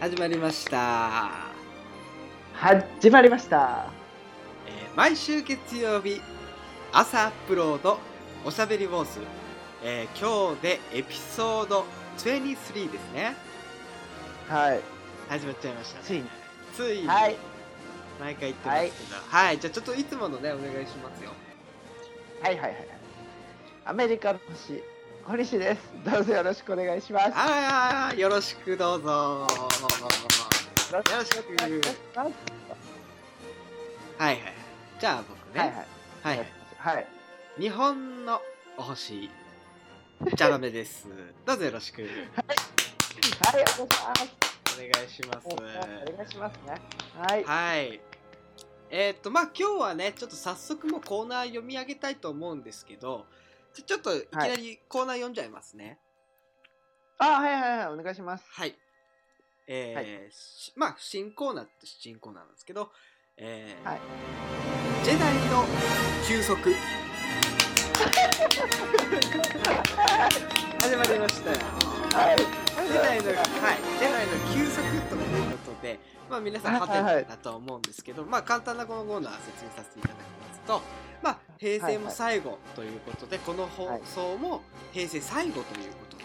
始まりました、始まりましたえー毎週月曜日朝アップロードおしゃべりウォース、えー今日でエピソード23ですねはい始まっちゃいましたねついについにはい毎回言ってますけどはい、じゃあちょっといつものねお願いしますよはいはいはいはいアメリカの星小西ですどうぞよろしくお願いしますよああよろしくどうぞよろろしくお願いしますはいはいじゃあ僕ねはいはいはいはいはい日本のお星じゃダメですどうぞよろしくはいお願いしますお願いしまおす願いしますねはいはい。えーっと、まあ、今日はね、ちょっと早速もうコーナー読み上げたいと思うんですけど、ちょちょっといきなりコーナー読んじゃいますね。あはいはいはいお願いしますはい。えーはいしまあ、新コーナーって新コーナーなんですけど、えーはいジェダイの休息。始まりましたよ。はいジェダイの、はい、ジェダイの休息ということで、まあ皆さんハはいはテいはナいだと思うんですけど、まあ簡単なこのコーナー説明させていただきますと、まあ平成も最後ということで、この放送も平成最後ということで、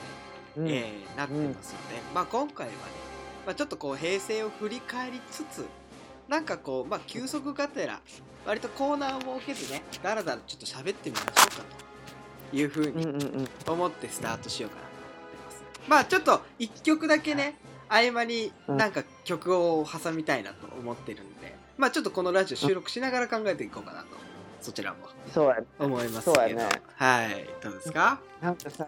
うんえーなってますので、まあ今回はね、まあちょっとこう平成を振り返りつつ、なんかこう、まあ休息がてら、割とコーナーを設けずね、だらだらちょっと喋ってみましょうかというふうにうんうんうん思ってスタートしようかなと思ってますまあちょっと1曲だけね合間になんか曲を挟みたいなと思ってるんでまあちょっとこのラジオ収録しながら考えていこうかなとそちらもそうやね思いますそうけやど、ねはいどうですかなんかさ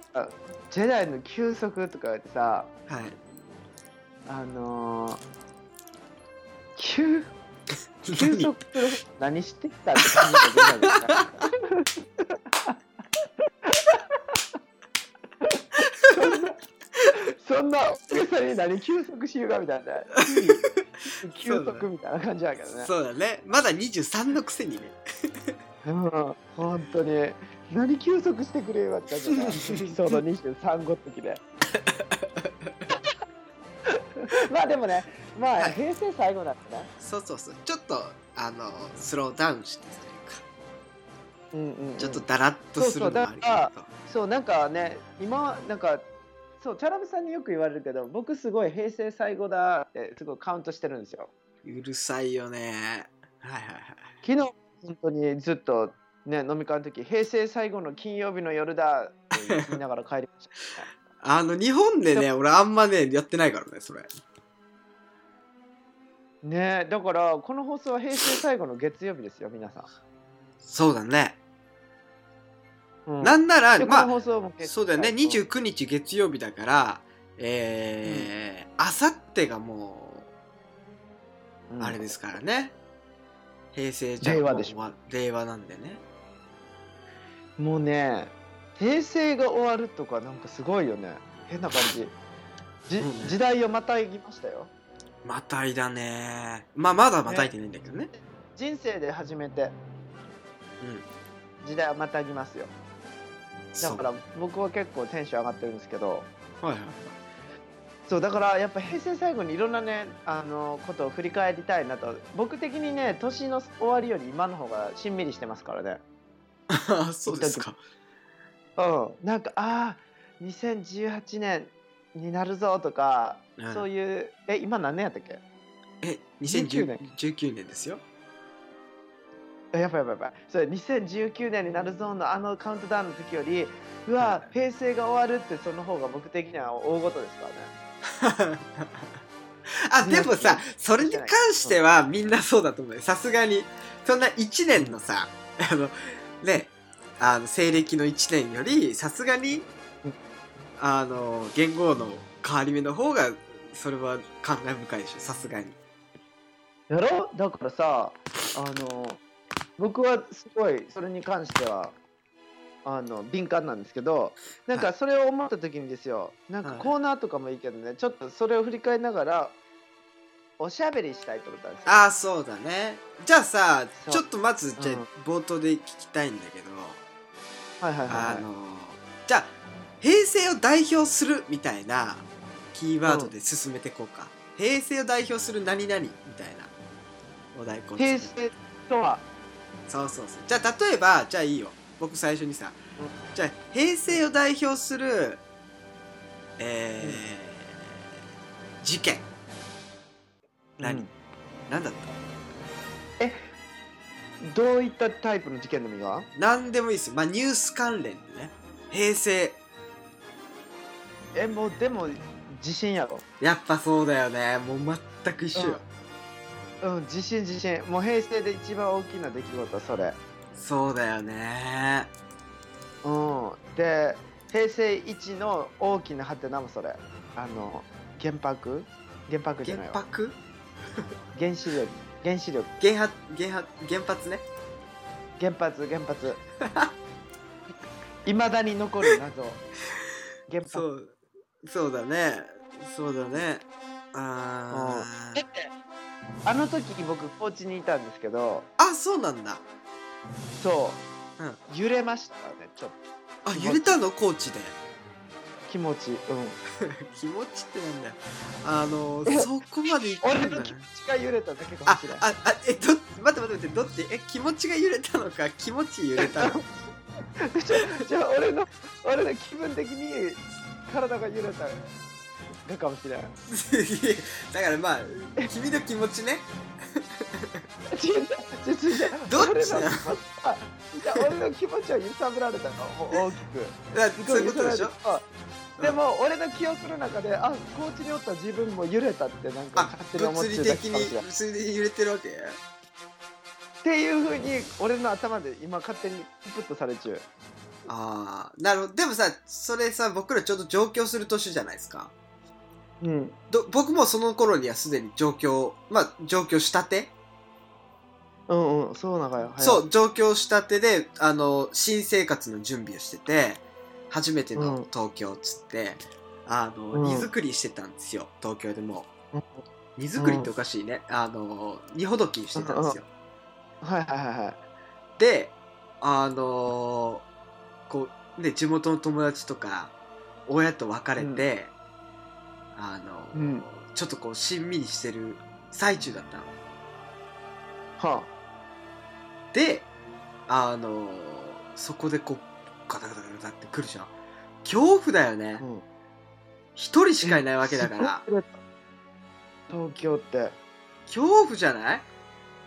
ジェダイの休息とか言ってさはいあのー休休息何してきたって感じが出たんですかそんなそんな大げさに何休息しようかみたいな休息みたいな感じだけどねそうだねまだ23のくせにねうん本当に何休息してくれよって感じだなエピソード23ごときでまあでもねまあ平成最後だったねそうそうそうちょっとあのスローダウンしてというかうんうんうんちょっとダラッとするのもありかなとそうなんかね今なんかそうチャラムさんによく言われるけど僕すごい平成最後だってすごいカウントしてるんですようるさいよねはいはいはい昨日本当にずっとね飲み会の時平成最後の金曜日の夜だって言いながら帰りました あの日本でね俺あんまねやってないからねそれねだからこの放送は平成最後の月曜日ですよ皆さそうだね。ん、うん、なんなら、でこのま放送もあ、月そうだよね、29日月曜日だから、えー、あさってがもうう、んあれですからね。平成じゃ令和でしょもう令和なんでね。もうね平成が終わるとかなんかすごいよね変な感じじ、そうね時代をまたぎましたよまたいだね。まあ、まだまたいてないんだけどね。人生で初めてうん。時代をまたぎますよだそう。かはいら僕は結構テンション上がってるんですけどはい。そうだからやっぱ平成最後にいろんなねあのことを振り返りたいなと僕的にね年の終わりより今の方がしんみりしてますからねあ そうですか。うんなんかああ2018年になるぞとか、うんそういうえ今何年やったっけえ、 19 2019年ですよ。あやばいやばいやばいそれ2019年になるぞのあのカウントダウンの時よりうわ平成が終わるってその方が僕的には大事ですからねあでもさそれに関してはみんなそうだと思うよさすがにそんな1年のさあのねあの西暦の1年よりさすがにうんあの元号の変わり目の方がそれは感慨深いでしょさすがにやろだからさあの僕はすごいそれに関してはあの敏感なんですけどなんはかそれを思った時にですよなんかはいコーナーとかもいいけどねちょっとそれを振り返りながらおしゃべりしたいと思ったんですよ。ああそうだねじゃあさそうちょっとまずじゃあうん冒頭で聞きたいんだけど、はいはいはいあはいのじゃあ平成を代表するみたいなキーワードで進めていこうか、平成を代表する何々みたいなお題コンセ平プト成とはそうそうそうじゃあ例えばじゃあいいよ僕最初にさ、じゃあ平成を代表するえー事件何、うん何だったどういったタイプの事件のみが何でもいいですまあニュース関連でね平成えもうでも地震やろやっぱそうだよねもう全く一緒よ、うんうん地震地震もう平成で一番大きな出来事それそうだよねうんで平成一の大きなハテナもそれあの原爆原爆じゃ原ないわ爆原子力原子力原発原発原発ね原発原発 いまだに残る謎原そ発うそうだねそうだねあーあの時僕高知にいたんですけどあそうなんだそう、うん揺れましたねちょっとあ揺れたの高知で 気持ちうん気持ちってなんだよあのえそこまで行った俺んだのね気持ちが揺れただけかもあしれないああえど待って待って待ってどっちえ気持ちが揺れたのか気持ち揺れた のじゃあじゃあ俺の俺の気分的に体が揺れただかもしれん違だからまあ君の気持ちねう違う違う違うどっ俺の気持ちなのあじゃあ俺の気持ちは揺さぶられたのもう大きだく そういうことでしょうんでも俺の記憶の中であ高知におった自分も揺れたってなんかあ勝手に思っ物て理るだ的けかもしれにないっ物理的に揺れてるわけていうふうに俺の頭で今勝手にインプットされちゅうああなるほどでもさそれさ僕らちょうど上京する年じゃないですかうんど僕もその頃にはすでに上京まあ上京したて、うんうんそうなのよそうう上京したてであの新生活の準備をしてて初めてうんの東京っつって、あのうん荷造りしてたんですよ東京でもう荷造りっておかしいね、あの荷ほどきしてたんですよ、はいはいはいはいであのこうね地元の友達とか親と別れて、あの、うんちょっとこうしんみりしてる最中だったのはであのそこでこうガタガタガタガタってくるじゃん恐怖だよねあ、うん一人しかいないわけだからすごい東京って 恐怖じゃない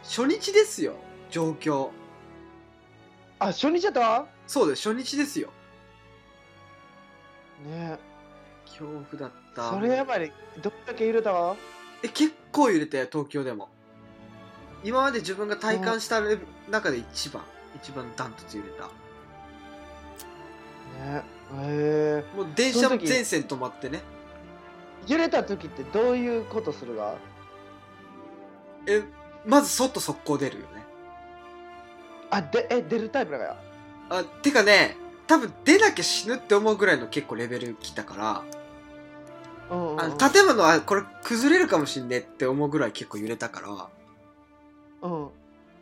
初日ですよ状況あ初日だったねそうです初日ですよえ恐怖だったそれやばいねどっだけ揺れたわえ結構揺れたよ東京でも今まで自分が体感したレベル中で一番一番ダントツ揺れたねえへえもう電車そもの時全線止まってね揺れた時ってどういうことするがえまず外速攻出るよねあでえ出るタイプだからあてかね多分出なきゃ死ぬって思うぐらいの結構レベル来たから、うんうんうんあの建物はこれ崩れるかもしんねえって思うぐらい結構揺れたからだかうん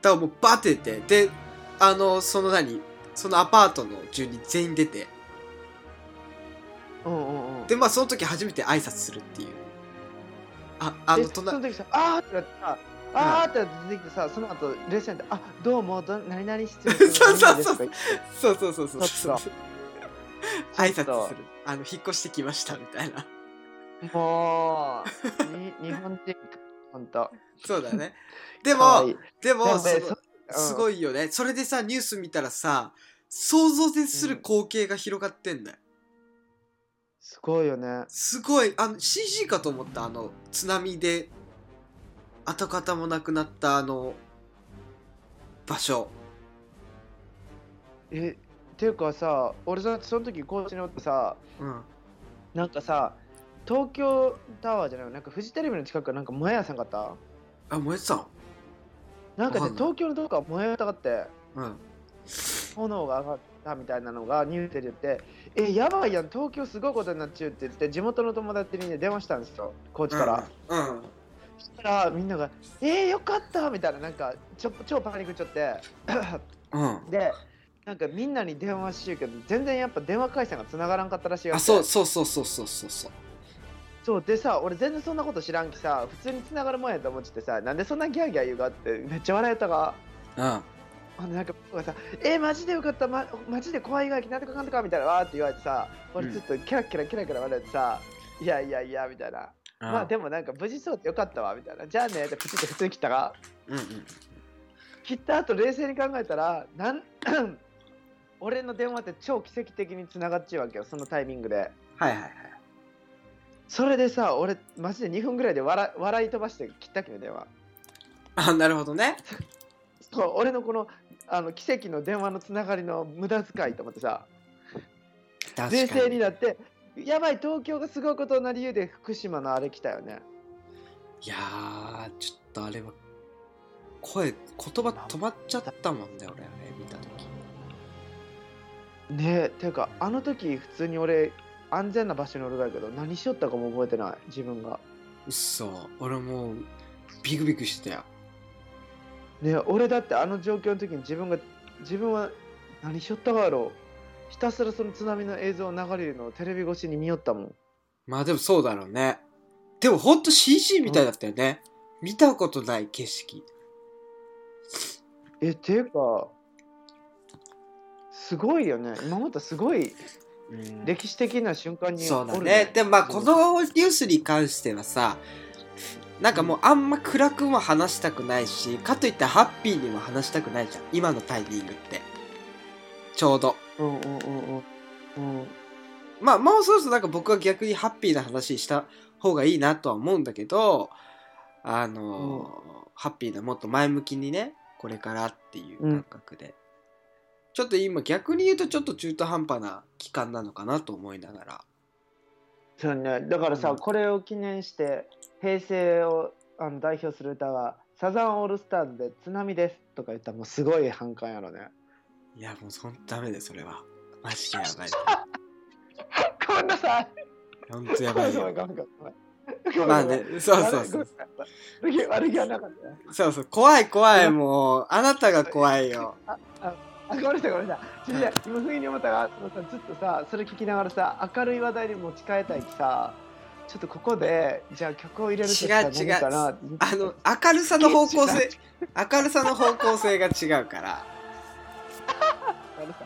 らもうバーって出てであのその何そのアパートの住人全員出てうんうんうんでまあその時初めて挨拶するっていうああのでそ隣の時さあーってなってさあーってなって出てきてさその後冷静になってあどうもど何々失礼 そうそうそう何々ですとか言ってそうそうそうそうそう そ挨ちょ拶っするあの引っ越してきましたみたい なともう に日本人本当そうだ ねででもでもでもそねのそすいごいよねそれでさニュース見たらさ想像絶する光景が広がってんだよすごいよねすごいあの CG かと思ったあの津波で跡形もなくなったあの場所えっていうかさ俺さその時高知におってさうんなんかさ東京タワーじゃないなんかフジテレビの近くなんか燃えやさんかったあ燃えてたのなんかわかねんない東京のどこか燃えたがってうん炎が上がったみたいなのがニュースで出て「えやばいやん東京すごいことになっちゅう」って言って地元の友達にね電話したんですよ高知から、うんうんそしたらみんなが「えー、よかった」みたいななんかちょ超パニックっちゃってうんでなんかみんなに電話しようけど全然やっぱ電話回線が繋がらんかったらしいわあけそうそうそうそうそうそうそうそうでさ俺全然そんなこと知らんきさ普通に繋がるもんやと思っててさなんでそんなギャーギャー言うがってめっちゃ笑えたが。うんほんでなんか僕がさ「えー、マジでよかった、ま、マジで怖いがきなんとかかんとか」みたいなわーって言われてさ俺うんずっとキラキラキラキラ笑ってさ「いやいやいや」みたいな「まあでもなんか無事そうでよかったわ」みたいな「じゃあね」ってプチって普通に切ったがうんうん切った後冷静に考えたらなん 俺の電話って超奇跡的に繋がっちゃうわけよそのタイミングではいはいはいそれでさ俺マジで2分ぐらいで笑笑い飛ばして切ったっけね電話あなるほどねそう俺のこのあの奇跡の電話のつながりの無駄遣いと思ってさ確冷か静にになってやばい東京がすごいことな理由で福島のあれ来たよねいやーちょっとあれは声言葉止まっちゃったもんだよ俺あれ見た時ねえていうかあの時普通に俺安全な場所におるがやけど何しよったかも覚えてない自分がうっそ俺もうビクビクしてたよねえ俺だってあの状況の時に自分が自分は何しよったがやろうひたすらその津波の映像を流れるのをテレビ越しに見よったもんまあでもそうだろうねでもほんと CG みたいだったよね、見たことない景色えていうかすごいよね今思ったらすごいうん歴史的な瞬間にそうだおるねでもまあこのニュースに関してはさなんかもうあんま暗くも話したくないしかといってハッピーにも話したくないじゃん今のタイミングってちょうどうんうんうんうんうんまあもうそろそろなんか僕は逆にハッピーな話した方がいいなとは思うんだけどあの、ハッピーなもっと前向きにねこれからっていう感覚で、ちょっと今逆に言うとちょっと中途半端な期間なのかなと思いながらそうね、だからさ、うんこれを記念して平成をあの代表する歌が「サザンオールスターズで津波です」とか言ったらもうすごい反感やろねいやもうそんダメだよそれはマジでやばいごめんなさいほんとやばいごめよ んごめんごめんごめんまあねそうそうそうごめんごめん悪気はなかったねそうそう怖い怖いもうあなたが怖いよあごめんなさいごめんなさいちょっと今不意に思ったがそのさずっとさそれ聞きながらさ明るい話題に持ち替えたいきさちょっとここでじゃあ曲を入れるとしたら何かなあの明るさの方向性明るさの方向性が違うからごめんなさ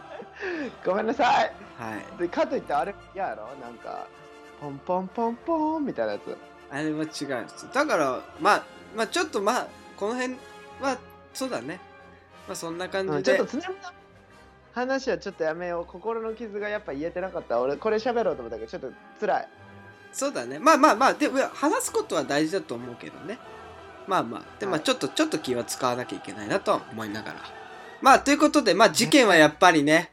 いごめんなさいはいでかといってあれ嫌やろなんかポンポンポンポンみたいなやつあれは違うんですだからまあまあちょっとまあこの辺はそうだねまあそんな感うんじちょっで、とつなの話はちょっとやめよう心の傷がやっぱ言えてなかった俺これ喋ろうと思ったけどちょっと辛いそうだねまあまあまあでも話すことは大事だと思うけどねまあまあでまはあいちょっとちょっと気は使わなきゃいけないなとは思いながらまあということでまあ事件はやっぱりね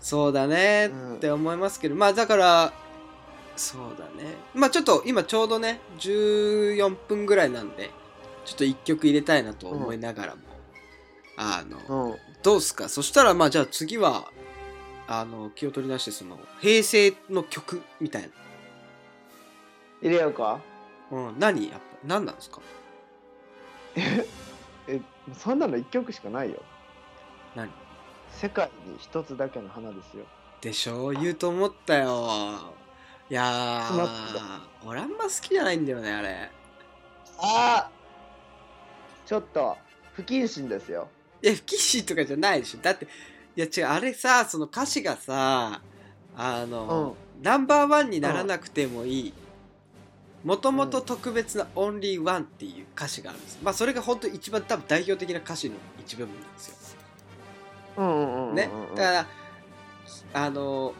そうだねって思いますけど、まあだからそうだねまあちょっと今ちょうどね14分ぐらいなんでちょっと1曲入れたいなと思いながらも、あの、うんどうすかそしたらまあじゃあ次はあの気を取り出してその平成の曲みたい入れようかな、うん、何やっぱ何なんですかえそんなの一曲しかないよ何世界に一つだけの花ですよでしょう言うと思ったよいや詰まー俺あんま好きじゃないんだよねあれあちょっと不謹慎ですよいや不謹慎とかじゃないでしょだっていや違うあれさその歌詞がさあの、ナンバーワンにならなくてもいいもともと特別な「オンリーワン」っていう歌詞があるんですまあそれが本当一番多分代表的な歌詞の一部分なんですようんうんうんうんうんね、だからあの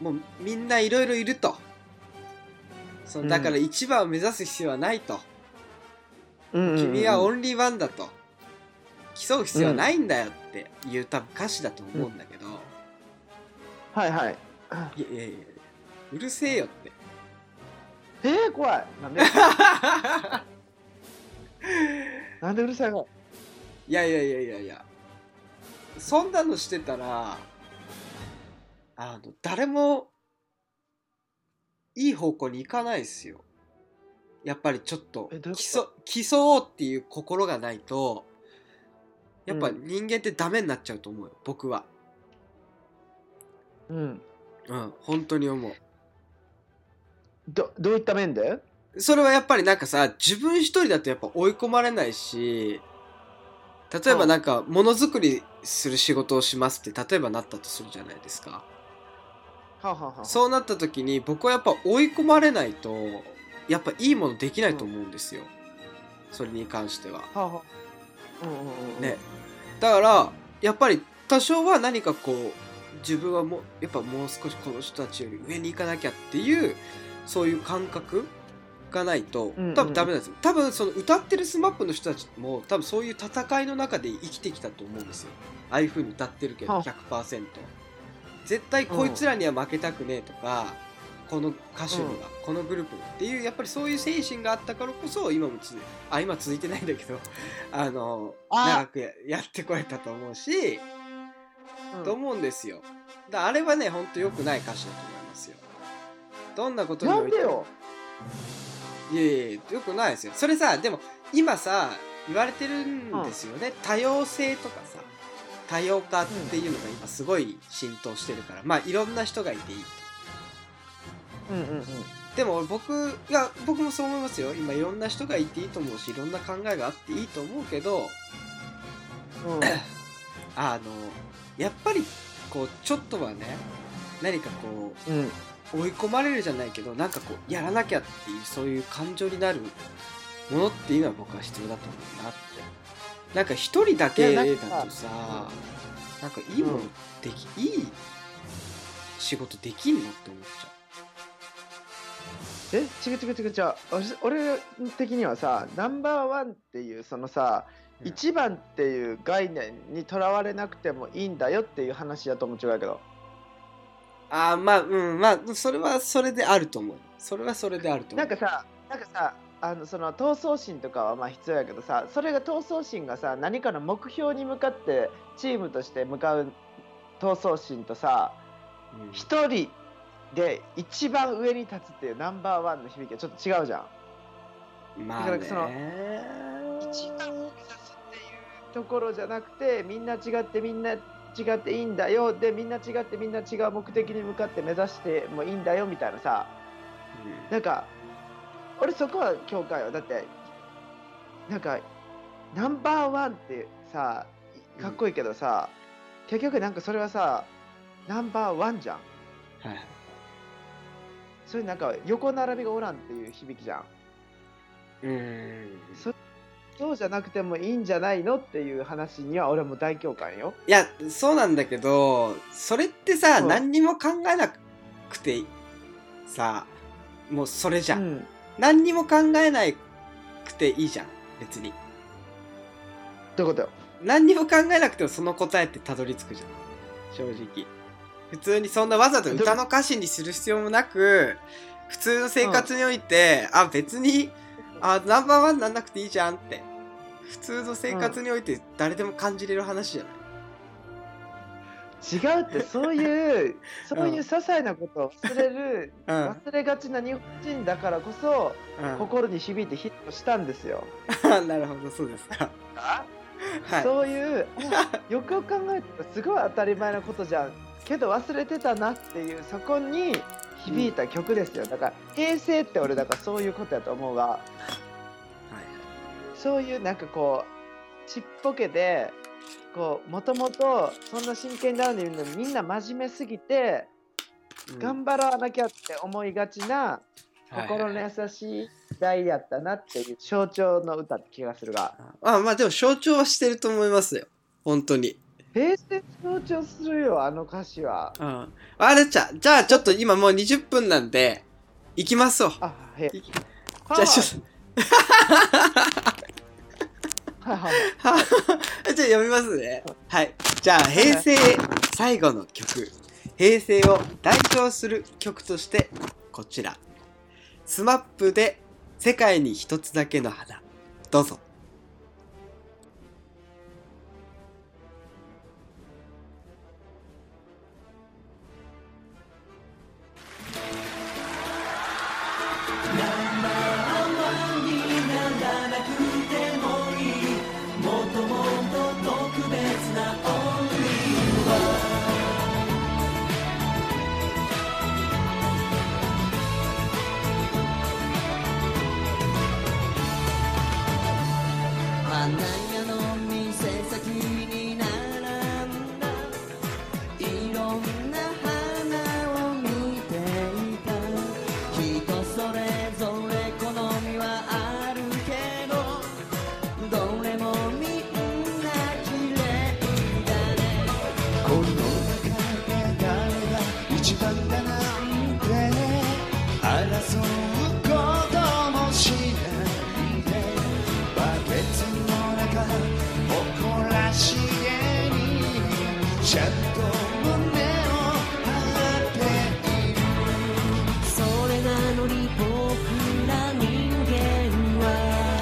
もうみんないろいろいるとそうのんだから一番を目指す必要はないと、うんうんうん君はオンリーワンだと競う必要はないんだよっていう多分歌詞だと思うんだけど、はいはいいやいやいやうるせえよって えー、怖いなんでなんでうるさいのいやいやいやいやいやそんなのしてたらあの誰もいい方向に行かないですよやっぱりちょっとえどういうこと競競おうっていう心がないとやっぱうん人間ってダメになっちゃうと思うよ僕はうんうん本当に思うどどういった面でそれはやっぱりなんかさ自分一人だとやっぱ追い込まれないし例えばなんかものづくりする仕事をしますって例えばなったとするじゃないですかはあ、はあはあ、そうなった時に僕はやっぱ追い込まれないとやっぱいいものできないと思うんですよそれに関してははあはあうんうんうんねだからやっぱり多少は何かこう自分はもうやっぱもう少しこの人たちより上に行かなきゃっていうそういう感覚がないとうんうん多分ダメなんですよ、多分その歌ってる SMAP の人たちも多分そういう戦いの中で生きてきたと思うんですよああいう風に歌ってるけどはあ100%絶対こいつらには負けたくねえとか、この歌手には、うんこのグループにっていうやっぱりそういう精神があったからこそ今もつあ今続いてないんだけど あのあ長くややってこれたと思うし、うんと思うんですよだからあれはねほんと良くない歌詞だと思いますよどんなことになおんいてでよいやいや良くないですよそれさでも今さ言われてるんですよね、多様性とかさ多様化っていうのが今すごい浸透してるから、まあいろんな人がいていいとうんうんうんでも僕が僕もそう思いますよ今いろんな人がいていいと思うしいろんな考えがあっていいと思うけどうんあのやっぱりこうちょっとはね何かこうんう追い込まれるじゃないけどなんかこうやらなきゃっていうそういう感情になるものっていうのは僕は必要だと思うなってなんか一人だけいだやなんとかさなんかいいものでき、いい仕事できんのって思っちゃえ違う違う違う違う俺俺的にはさナンバーワンっていうそのさ、うん一番っていう概念にとらわれなくてもいいんだよっていう話だと思う違うけどうああまあうんまあそれはそれであると思うそれはそれであると思うなんかさなんかさあのその闘争心とかはまあ必要やけどさそれが闘争心がさ何かの目標に向かってチームとして向かう闘争心とさうん一人で一番上に立つっていうナンバーワンの響きはちょっと違うじゃん。まあだねからそ一番を目指すっていうところじゃなくてみんな違ってみんな違っていいんだよでみんな違ってみんな違う目的に向かって目指してもいいんだよみたいなさうんなんか俺そこは境界よだってなんかナンバーワンってさかっこいいけどさ、結局なんかそれはさナンバーワンじゃんはいそれなんか横並びがおらんっていう響きじゃんうーんそうじゃなくてもいいんじゃないのっていう話には俺も大共感よいやそうなんだけどそれってさ、うん何にも考えなくてさもうそれじゃん、うん何にも考えなくていいじゃん別にどういうことよ何にも考えなくてもその答えってたどり着くじゃん正直普通にそんなわざと歌の歌詞にする必要もなく普通の生活において、あ別にあナンバーワンなんなくていいじゃんって普通の生活において誰でも感じれる話じゃない、違うってそういう そういう些細なことを忘れる、うん忘れがちな日本人だからこそうん心に響いてヒットしたんですよ、あ なるほどそうですか。はい。そういうあよくよく考えたらすごい当たり前なことじゃんけど忘れてたなっていうそこに響いた曲ですよだから平成って俺だからそういうことやと思うがはそういうなんかこうちっぽけでこうもともとそんな真剣なのに言うのにみんな真面目すぎていうん頑張らなきゃって思いがちなはい心の優しい時代やったなっていう象徴の歌って気がするがあまあでも象徴はしてると思いますよ。本当に。平成象徴するよあの歌詞はうん。あれちゃんじゃあちょっと今もう20分なんで行きますわ。あへいじじゃあちょっはいはいはいとはじゃあ読みますね。はい。じゃあ平成最後の曲平成を代表する曲としてこちら SMAP で「世界に一つだけの花」どうぞ。花屋の店先に並んだいろんな花を見ていた人それぞれ好みはあるけどどれもみんな綺麗だねこの中で誰が一番だなんて争うこともしないでバケツの中誇らしげにちゃんと胸を張っているそれなのに僕ら人間は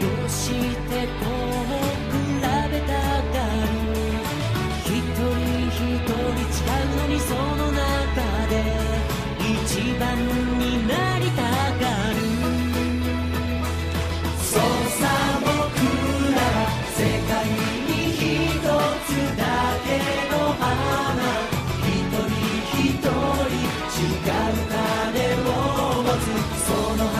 どうしてこう比べたがる一人一人違うのにその中で一番になりたがるそうさ僕ら世界に一つだけの花一人一人違う種を持つその花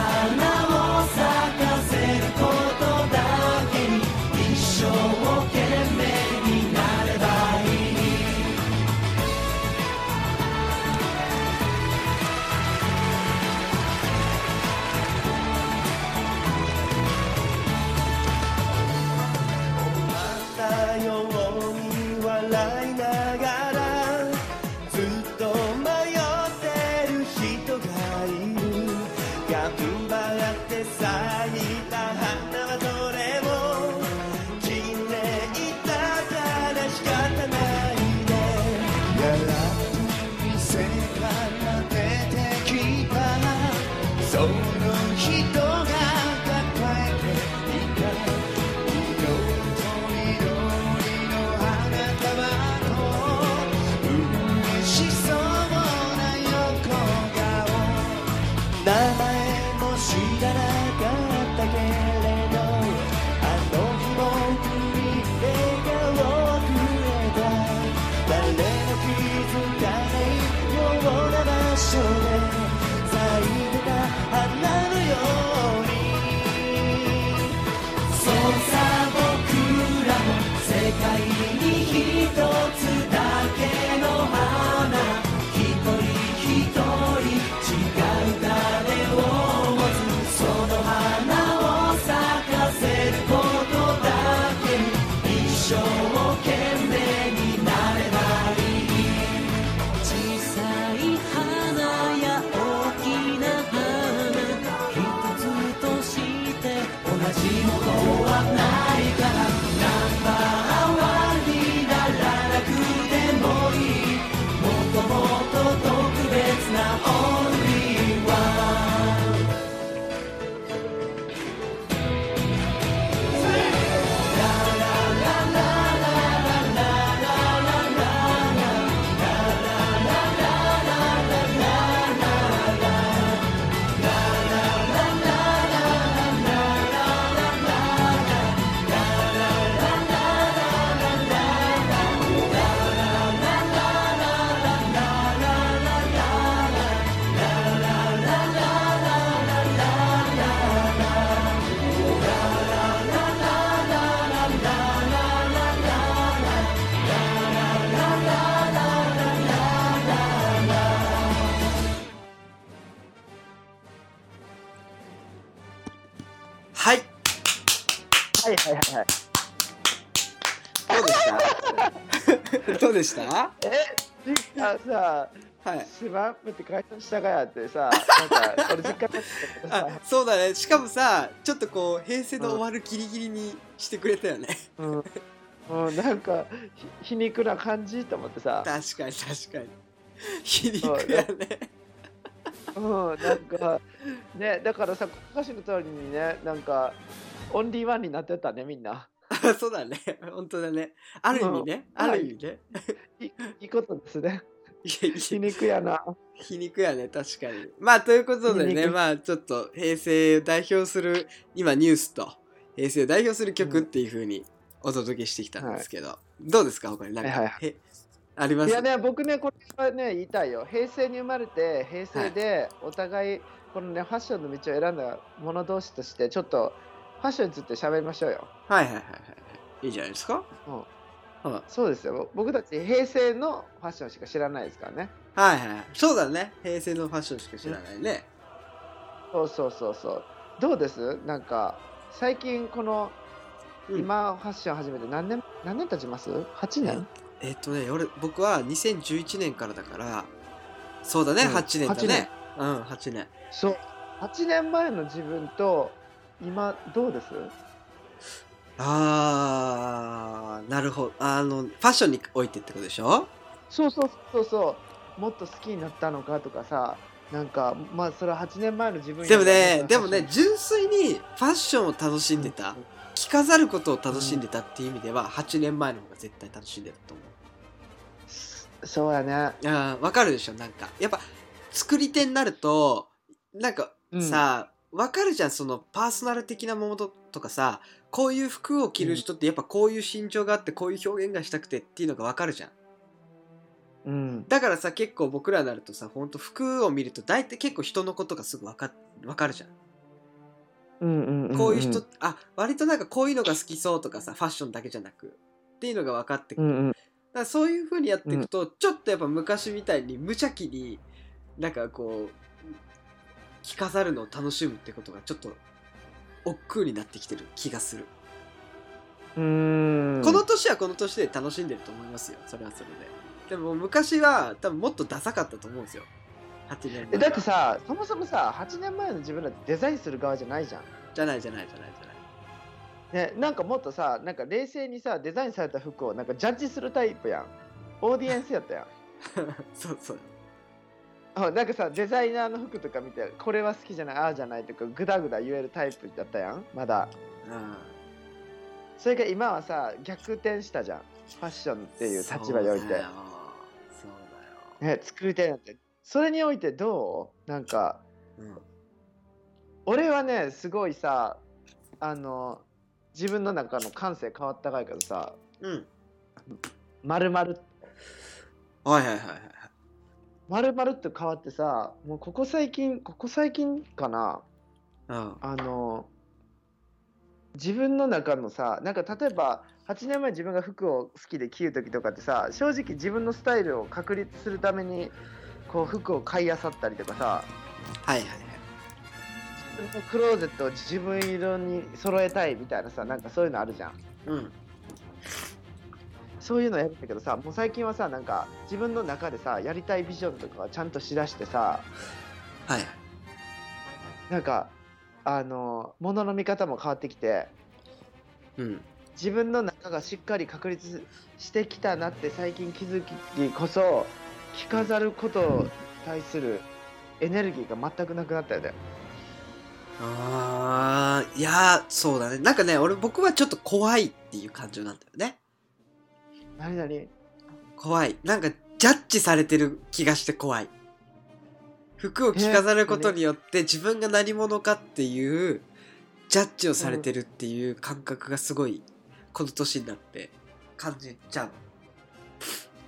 を咲かせることだけに一生懸命になればいいまたように笑いながらずっと迷ってる人がいる頑張って咲いた花はどれも綺麗だから仕方ないねやら店から出てきたその人が抱えていた「色とりどりの花束と」「うれしそうな横顔」「名前も知らなかったけれど」「あの日もに笑顔をくれた」「誰も気づかないような場所で咲いてた花のように」そうさ僕らも世界に一つだけの花一人一人違う種を持つその花を咲かせることだけに一生懸命になればいい小さい花や大きな花一つとして同じものはないからナンバーワンにならなくてもいいもっともっと特別なオンリーワンはいはいはいはいはいどうでした どうでしたえ実家さはいスマップって解散したかやってさなんか俺実家だったけどあさそうだねしかもさちょっとこう平成の終わるギリギリにしてくれたよねうん、うん、なんかひ皮肉な感じと思ってさ、確かに確かに 皮肉やねうん、なんかねだからさ歌詞の通りにねなんかオンリーワンになってたねみんなそうだね本当だねある意味ね、うんある意味ねいいことですねいやいや皮肉やな皮肉やね確かにまあということで皮ね肉まあちょっと平成を代表する今ニュースと平成を代表する曲っていうふうにお届けしてきたんですけど、どうですか他に何か、はいはいはへありまいすやね僕ねこれはね言いたいよ平成に生まれて平成でお互いこのねファッションの道を選んだ者同士としてちょっとファパッションについて喋りましょうよ。はいはいはいはい。いいじゃないですか。うん。はいそうですよ。僕たち平成のファッションしか知らないですからね。はいはい。そうだね。平成のファッションしか知らないね。そうそうそうそう。どうですなんか、最近この、うん今ファッション始めて何年、何年経ちます ?8 年えっとね、俺、僕は2011年からだから、そうだね、うん8年だ8年ね。うん、8年。そう。8年前の自分と、今、どうですあー、なるほど。あの、ファッションにおいてってことでしょそうそうそうそう。もっと好きになったのかとかさ、なんか、まあ、それは8年前の自分よりでもね、っでたもファッションね、純粋にファッションを楽しんでた。着飾ることを楽しんでたっていう意味では、8年前の方が絶対楽しんでたと思う。そうやね。あーわかるでしょなんかやっぱ作り手になるとなんかうんさ、わかるじゃんそのパーソナル的なものとかさこういう服を着る人ってやっぱこういう心情があってこういう表現がしたくてっていうのがわかるじゃんうん。だからさ結構僕らになるとさほんと服を見ると大体結構人のことがすぐわかわかるじゃんうんうんんんこういう人、あ割となんかこういうのが好きそうとかさファッションだけじゃなくっていうのが分かってくうるんうん。だからそういう風にやっていくと、ちょっとやっぱ昔みたいに無邪気になんかこう着飾るのを楽しむってことがちょっと億劫になってきてる気がする、うーんこの年はこの年で楽しんでると思いますよそれはそれででも昔は多分もっとダサかったと思うんですよ8年前えはだってさそもそもさ8年前の自分らってデザインする側じゃないじゃん、じゃないじゃないじゃないじゃないね、なんかもっとさなんか冷静にさデザインされた服をなんかジャッジするタイプやんオーディエンスやったやん そうそうあなんかさデザイナーの服とか見てこれは好きじゃないああじゃないとかグダグダ言えるタイプだったやんまだうんそれが今はさ逆転したじゃんファッションっていう立場においそうだてよそうね作り手なんてそれにおいてどうなんかだよ、俺はねすごいさあの自分の中の感性変わったかいからさうん、うん、まるまるはいはいはいはいまるまるって変わってさもうここ最近ここ最近かなうんあの自分の中のさなんか例えば8年前自分が服を好きで着る時とかってさ正直自分のスタイルを確立するためにこう服を買い漁ったりとかさはいはいはい自分のクローゼットを自分色に揃えたいみたいなさなんかそういうのあるじゃん。うんそういうのやってたけどさもう最近はさなんか自分の中でさやりたいビジョンとかはちゃんとしだしてさはいなんかあのものの見方も変わってきてうん自分の中がしっかり確立してきたなって最近気づきこそ着飾ることに対するエネルギーが全くなくなったよね。あーいやーそうだねなんかね俺僕はちょっと怖いっていう感情なんだよね何々怖いなんかジャッジされてる気がして怖い服を着飾ることによって自分が何者かっていうジャッジをされてるっていう感覚がすごいこの年になって感じちゃう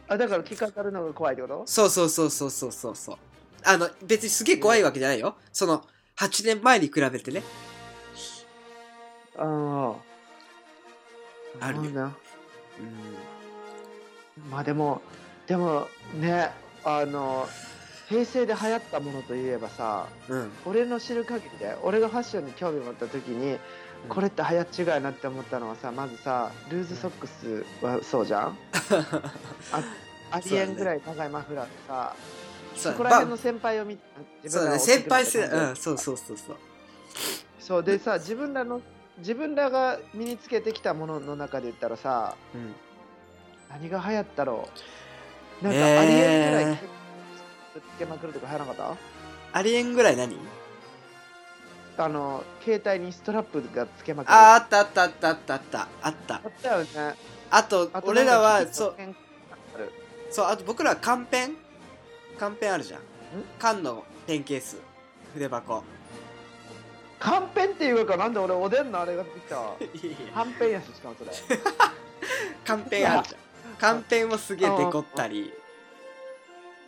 あだから着飾るのが怖いってことそうそうそうそうそうそうそうあの別にすげえ怖いわけじゃないよその8年前に比べてねあああるよなうんまあでもでもねあの平成で流行ったものといえばさうん俺の知る限りで俺がファッションに興味持った時にうんこれって流行っちゅうがやなって思ったのはさまずさルーズソックスはそうじゃ んあありえんぐらい長いマフラーでさそそうこだらね辺の先輩を見てそうだらねが先輩世大きくな代うんった感じそうそうそうそうそうでさ自分らの自分らが身につけてきたものの中で言ったらさうん何が流行ったろうなんかねえありえんぐらいぶつけまくるとか流行らなかっありえんぐらい何たあの携帯にストラップがつけまくるあーあったあったあったあったあったあったあったよねあとあと俺らなんはかそう健そうあと僕らは缶ペン缶ペンあるじゃん缶のペンケース筆箱カンペンっていうかなんで俺おでんのあれが出てきた わカンペンやししかもそれ缶ペンあるじゃん缶ペンをすげえデコったり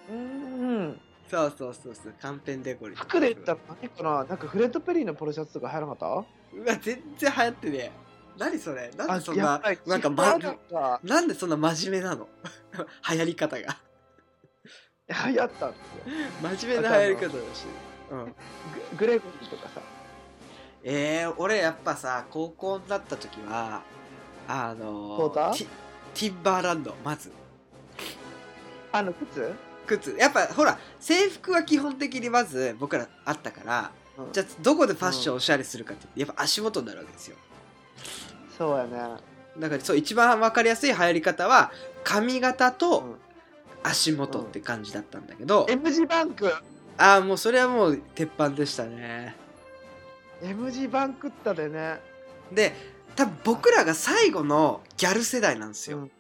うーんそうそうそうそう缶ペンデコり服で言ったら何かななんかフレッドペリーのポロシャツとか流行らなかっうわ全然流行ってねえ何それなんでそんやなっぱりなんか、知まら、なかっなんでそんな真面目なの 流行り方がた流行ったんですよ真面目な流行り方だし、うん、ググレゴリーとかさえー、俺やっぱさ高校になった時はあポのーターティティンバーランドまずあの靴靴やっぱほら制服は基本的にまず僕らあったからうんじゃあどこでファッションおしゃれするかってやっぱ足元になるわけですよそうやねだからそう一番分かりやすい流行り方は髪型うとん足元って感じだったんだけど、 M 字バンクああもうそれはもう鉄板でしたね M 字バンクったでねで多分僕らが最後のギャル世代なんですよ、うん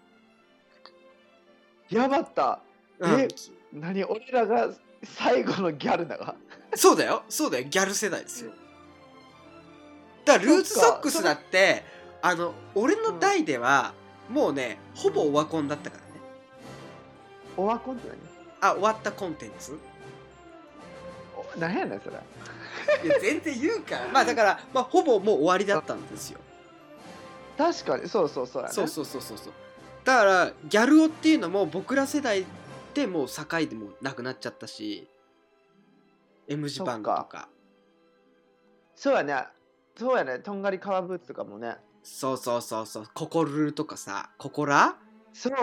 やばったうんえ何俺らが最後のギャルだわそうだよそうだよギャル世代ですよだからルーズソックスだってあの俺の代ではもうねほぼオワコンだったからねオワコンって何あ終わったコンテンツお何やねんそれいや全然言うから まあだから、まあ、ほぼもう終わりだったんですよ確かにそうそうそうやねそうそうそうそうそうだからギャル男っていうのも僕ら世代でもう境でもうなくなっちゃったし M 字バンドとそかっそうやねそうやねとんがり革ブーツとかもねそうそうそうそうココルルとかさココラそう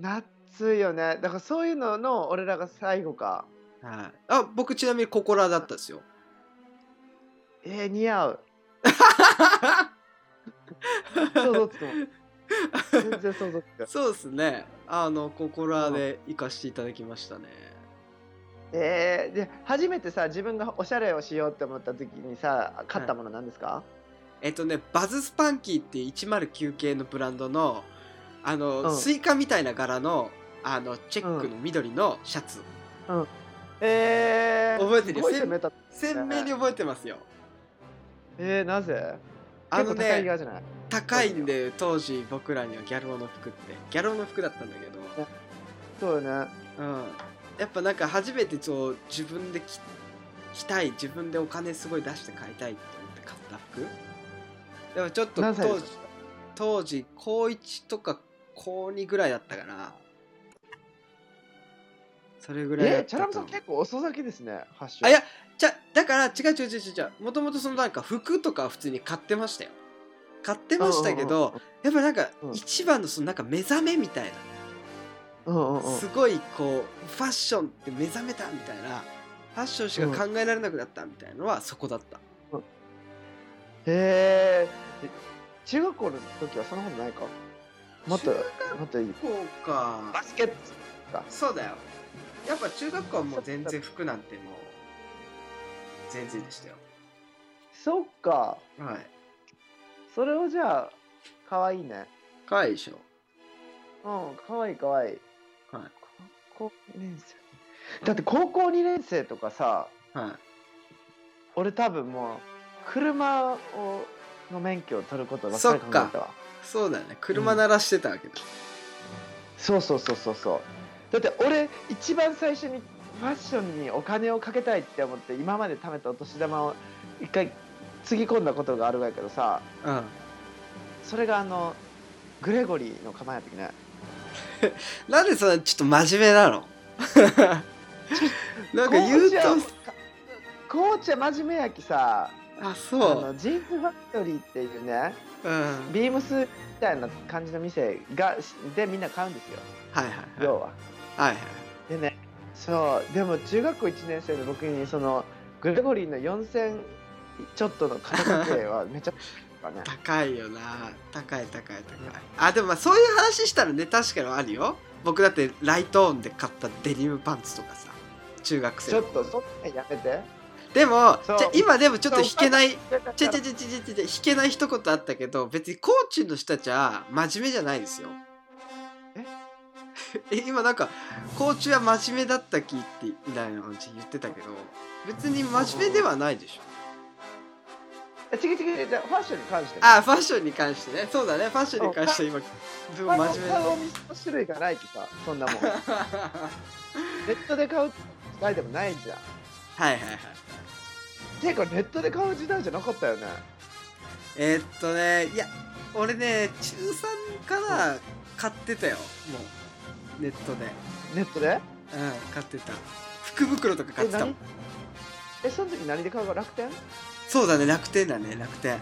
夏いよねだからそういうのの俺らが最後かはいあ僕ちなみにココラだったですよえー、似合う想像つく もん全然想像つくそうですねあのココラで行かしていただきましたねえー、で初めてさ自分がおしゃれをしようって思った時にさ買ったものなんですか、えっとねバズスパンキーっていう109系のブランドのあの、うんスイカみたいな柄のあのチェックの緑のシャツ、えー、覚えてるすよごい攻めた鮮明に覚えてますよえー、なぜあ結の構高いね側じゃない高いんで当時僕らにはギャル男の服ってギャル男の服だったんだけどそうよねうん、やっぱなんか初めてそう自分で着着たい自分でお金すごい出して買いたいって思って買った服でもちょっと当何歳で時すか当時高1とか高2ぐらいだったかなそれぐらいだえっー、チたャとラ思ムうさん結構遅咲きですねファッションあいやじゃだから違う違う違う違うもともとそのなんか服とかは普通に買ってましたよ買ってましたけどやっぱなんかうん一番のそのなんか目覚めみたいなうんうんうんうんすごいこうファッションって目覚めたみたいなファッションしか考えられなくなったみたいなのはそこだった、へえ中学校の時はそんなことないかもっと中もっといいこうかバスケットそうだよやっぱ中学校はもう全然服なんてもう全然でしたよそっかはいそれをじゃあかわいいねかわいいでしょうんかわいいかわいいは高校2年生だって高校2年生とかさいはい俺多分もう車をの免許を取ることばっかり考えてたわそうだよね車鳴らしてたわけだ、そうそうそうそうそうだって俺一番最初にファッションにお金をかけたいって思って今まで貯めたお年玉を一回つぎ込んだことがあるわけどさうんそれがあのグレゴリーの構えの時ねなんでそんなちょっと真面目な のなんか言うと紅茶真面目やきさああそうのジーンズファクトリーっていうねうんはいビームスみたいな感じの店がでみんな買うんですよはいはい要は。はいはいでねそうでも中学校1年生の僕にそのグレゴリーの4000ちょっとの肩掛け はめちゃくちゃね高いよな高い高い高いあでもまあそういう話したらね確かにあるよ僕だってライトオンで買ったデニムパンツとかさ中学ち生ょっとそんなんやめてでもじそうゃあ今でもちょっと引けないちょちちょちょちょちょちょ引けない一言あったけど別にコーチの人たちは真面目じゃないですよえ え今なんかコーチは真面目だったきってみたいな感じ言ってたけど別に真面目ではないでしょちぎちぎファッションに関してねあファッションに関してねそうだねファッションに関して今自分真面目だ買うお店の種類がないきさそ んなもんネットで買う時代でもないじゃんはいはいはい。ていうかネットで買う時代じゃなかったよねえーっとねいや俺ね中3から買ってたよもうネットでネットでうん買ってた福袋とか買えってたも何んえその時何で買うか楽天そうだね楽天だね楽天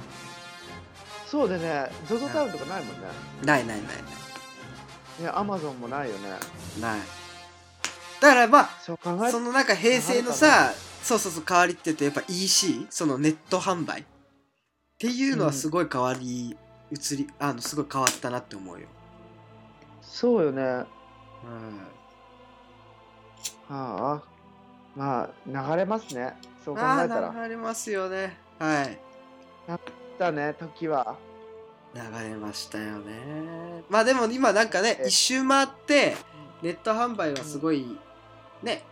そうでね ZOZO タウンとかないもんねないないないねアマゾンもないよねないないだからまあそう考えそのなんか平成のさそうそうそう変わりって言うとやっぱ EC そのネット販売っていうのはすごい変わり、移りあのすごい変わったなって思うよ、そうよねはうんあまあ流れますねそう考あえたらあ流れますよねはいだね時は流れましたよねまあでも今なんかねえ一周回ってネット販売はすごいね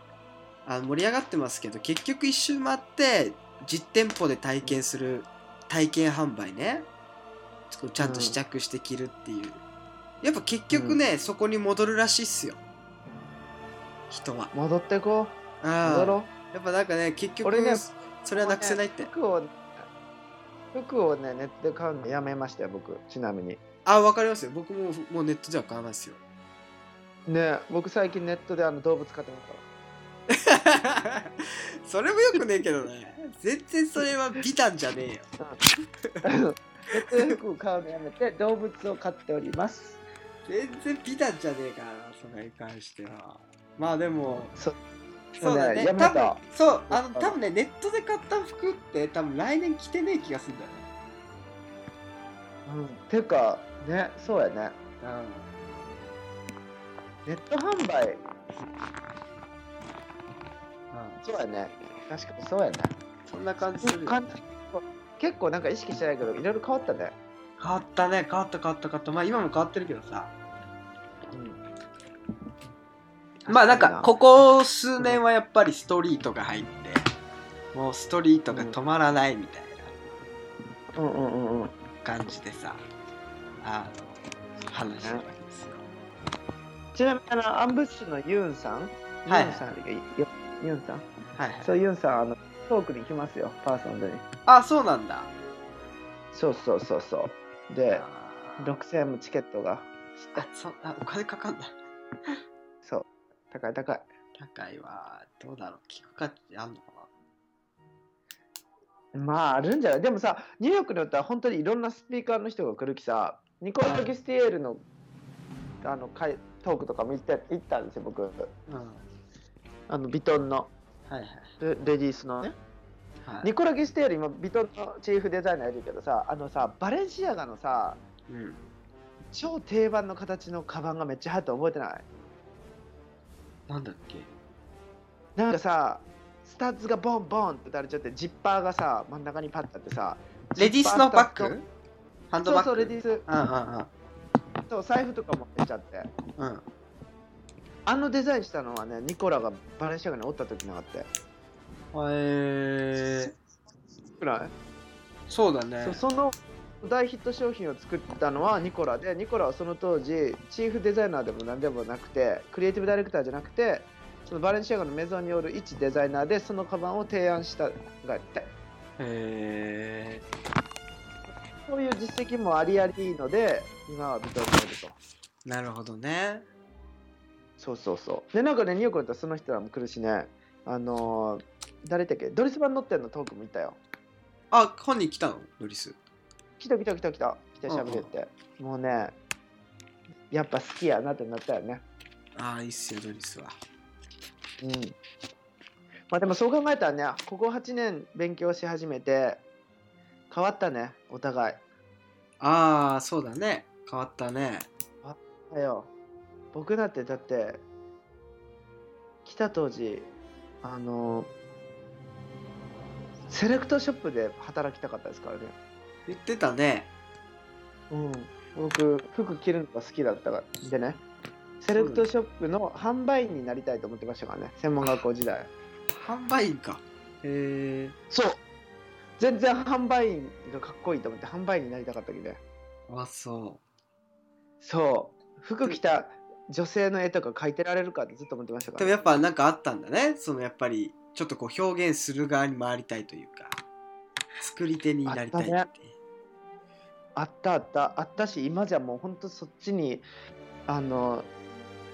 あの盛り上がってますけど結局一周回って実店舗で体験する体験販売ねこうちゃんと試着して着るっていうやっぱ結局ね、そこに戻るらしいっすよ人は戻ってこう戻ろあうやっぱなんかね結局俺ねそれはなくせないって服を服をねネットで買うのやめましたよ僕ちなみにあわかりますよ僕ももうネットでは買わないですよね僕最近ネットであの動物買ってますから それもよくねえけどね全然それはビタンじゃねえよ 別服を買うのやめて動物を飼っております全然ビタンじゃねえからなそれに関してはまあでもそそうだねや多めた分そうあの多分ねネットで買った服って多分来年着てねえ気がするんだよねうん、ていうかねそうやねネット販売うん、うん、そうやね確かにそうやねそんな感じするよ感じ結構なんか意識してないけどいろいろ変わったね、変わったね変わった変わった変わったまあ今も変わってるけどさうん、まあなんかここ数年はやっぱりストリートが入ってもうストリートが止まらないみたいなうんうんうんうん感じでさあの話してるわけですよちなみにあのアンブッシュのユンさん、はいユンさんいやユンさんはいはいそうユンさんあのトークに来ますよパーソンでにあそうなんだそうそうそうそうであー6000円もチケットがあそうあお金かかんだそう高い高い高いわどうだろう聞く価値あんのかまああるんじゃないでもさニューヨークによっては本当にいろんなスピーカーの人が来るきさニコラ・ギスティエールのあの会トークとかも行った行ったんですよ僕なうんあのビトンのはいはいレレディースのねはいニコラ・ギスティエール今ビトンのチーフデザイナーいるけどさあのさバレンシアガのさうん超定番の形のカバンがめっちゃ流行ったの覚えてないなんだっけなんかさスタッズがボンボンって打たれちゃってジッパーがさ真ん中にパッてあってさレディースのジッバパッーグとハンドそバッグうそうレディースうそう財布とか持ってっちゃってんうんうんうんあのデザインしたのはね、ニコラがバレンシアガにおった時なかったよ。えー、くらい、そうだねそうその大ヒット商品を作ったのはニコラで、ニコラはその当時、チーフデザイナーでも何でもなくて、クリエイティブダイレクターじゃなくて、そのバレンシアガのメゾンによる一デザイナーで、そのカバンを提案したがやって、へえそういう実績もありありので、今はビトンにいると。ー、なるほどねそうそうそう。で、なんかね、ニューヨークだったらその人らも来るしね、あのー誰だっけ、ドリス・バン・ノッテンのトークもいたよ。あ本人来たのドリス来た来た来た来た来てしゃべれて、もうねやっぱ好きやなってなったよねああいいっすよドリスはうんまあでもそう考えたらねここ8年勉強し始めて変わったねお互いああそうだね変わったねだよ僕だってだって来た当時あのセレクトショップで働きたかったですからね言ってたねうん、僕服着るのが好きだったからでねセレクトショップの販売員になりたいと思ってましたからね専門学校時代販売員かへえそう全然販売員がかっこいいと思って販売員になりたかったけどねあそそう服着た女性の絵とか描いてられるかってずっと思ってましたうでから、もね、やっぱなんかあったんだねそのやっぱりちょっとこう表現する側に回りたいというか作り手になりたいっていうあっあったあったあったし今じゃもうほんとそっちにあの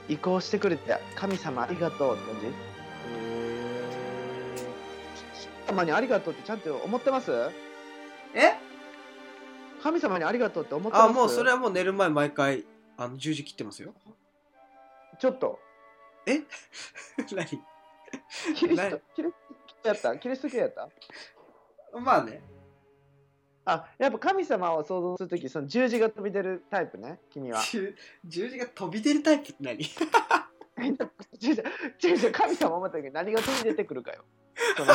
移行してくれて神様ありがとうって感じ神様にありがとうってちゃんと思ってますえ神様にありがとうって思ってますあもうそれはもう寝る前毎回あの十字切って ますよちょっと何キリスなトキリスト系やったキリスト系やったまあねあやっぱ神様を想像するときその十字が飛び出るタイプね君は十十字が飛び出るタイプって何 違う違う違う違う神様思った時何が飛び出てくるか よその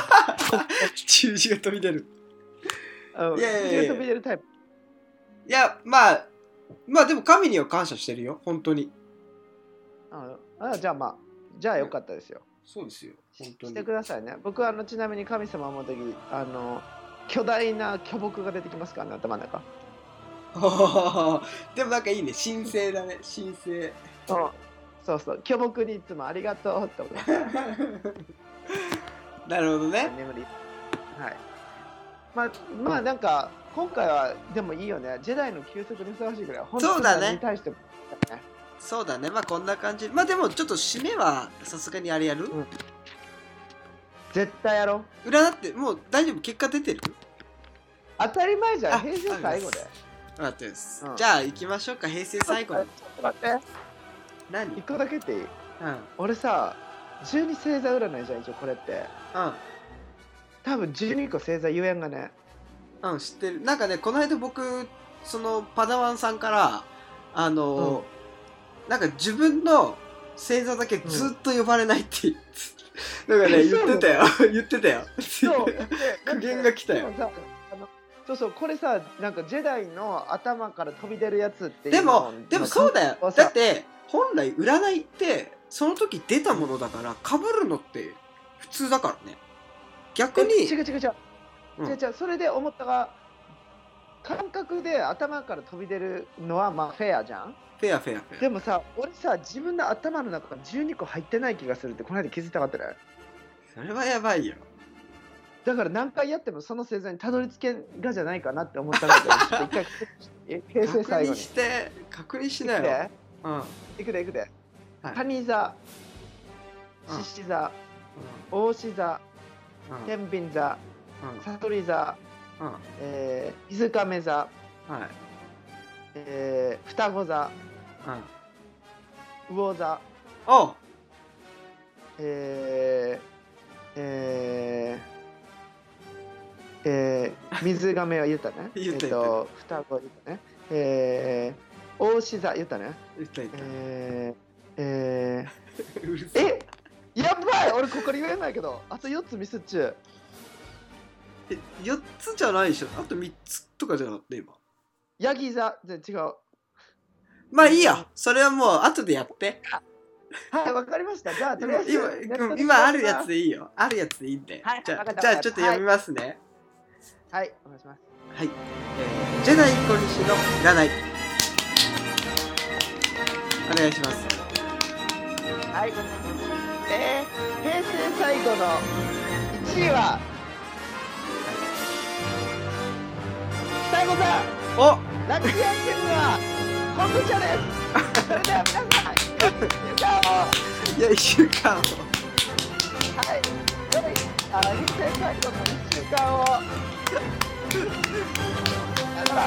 十字が飛び出るうんいやいやいや十字飛び出るタイプいやまあまあでも神には感謝してるよ本当にああじゃあまあじゃあよかったですよそうですよ 本当しにてくださいね僕はあのちなみに神様思う時あの巨大な巨木が出てきますからね頭の中でもなんかいいね神聖だね神聖そうそうそう巨木にいつもありがとうってことです なるほどね眠りはいまあまあなんか今回はでもいいよねジェダイの休息にふさわしいぐらい本当そうだねに対してもねそうだねまあこんな感じまあでもちょっと締めはさすがにあれやる、ん絶対やろう占ってもう大丈夫結果出てる当たり前じゃあん平成最後で分かってです、うんじゃあ行きましょうか平成最後ちょのっと待って何うん一個だけ言っていいうん俺さ12星座占いじゃん一応これって多分12個星座ゆえんがねうん、知ってるなんかねこの間僕そのパダワンさんからあの、なんか自分の星座だけずっと呼ばれないって、なんかねえそ言うってたよ言ってたよそう苦言が来たよでもさあのそうそうこれさなんかジェダイの頭から飛び出るやつっていうでのもでもそうだよそうそうだって本来占いってその時出たものだから被るのって普通だからね逆にえ違う違う違うう、ん違う違うそれで思ったが感覚で頭から飛び出るのはまあフェアじゃんフェアフェアフェアでもさ俺さ自分の頭の中から12個入ってない気がするってこの間気づいたかったねそれはやばいよだから何回やってもその星座にたどり着けがじゃないかなって思ったのでちょっと一回え平確成最後認にして確認しいくなよでうん、うんいくでいくではい谷座うん獅子座大志座うん天秤座悟り座、うんうんえー、水亀座、はいえー、双子座うん魚座おうえー、えー、えー、水亀は言ったね言ったえっと双子言ったねえー、大志座言ったね言った言ったえー、えうるー、せええやばい俺ここから言えないけどあと4つミスっちゅうえ4つじゃないでしょあと3つとかじゃなかった今ヤギ座じゃ違うまあいいやそれはもう後でやってはいわかりましたじゃあとりあえず今ネット今で今あるやつでいいよあるやつでいいんで、はいじゃわかあったじゃあわかっちょたっと読みますねはいお願いしますはい、えージェダイ小西の占いお願いしますはい。えー、平成最後の1位は、双子座おラッキーアイテムは、昆布茶です。それでは皆 さん、ゆかを、いや1週間をはい、良いあ平成最後の1週間を。だから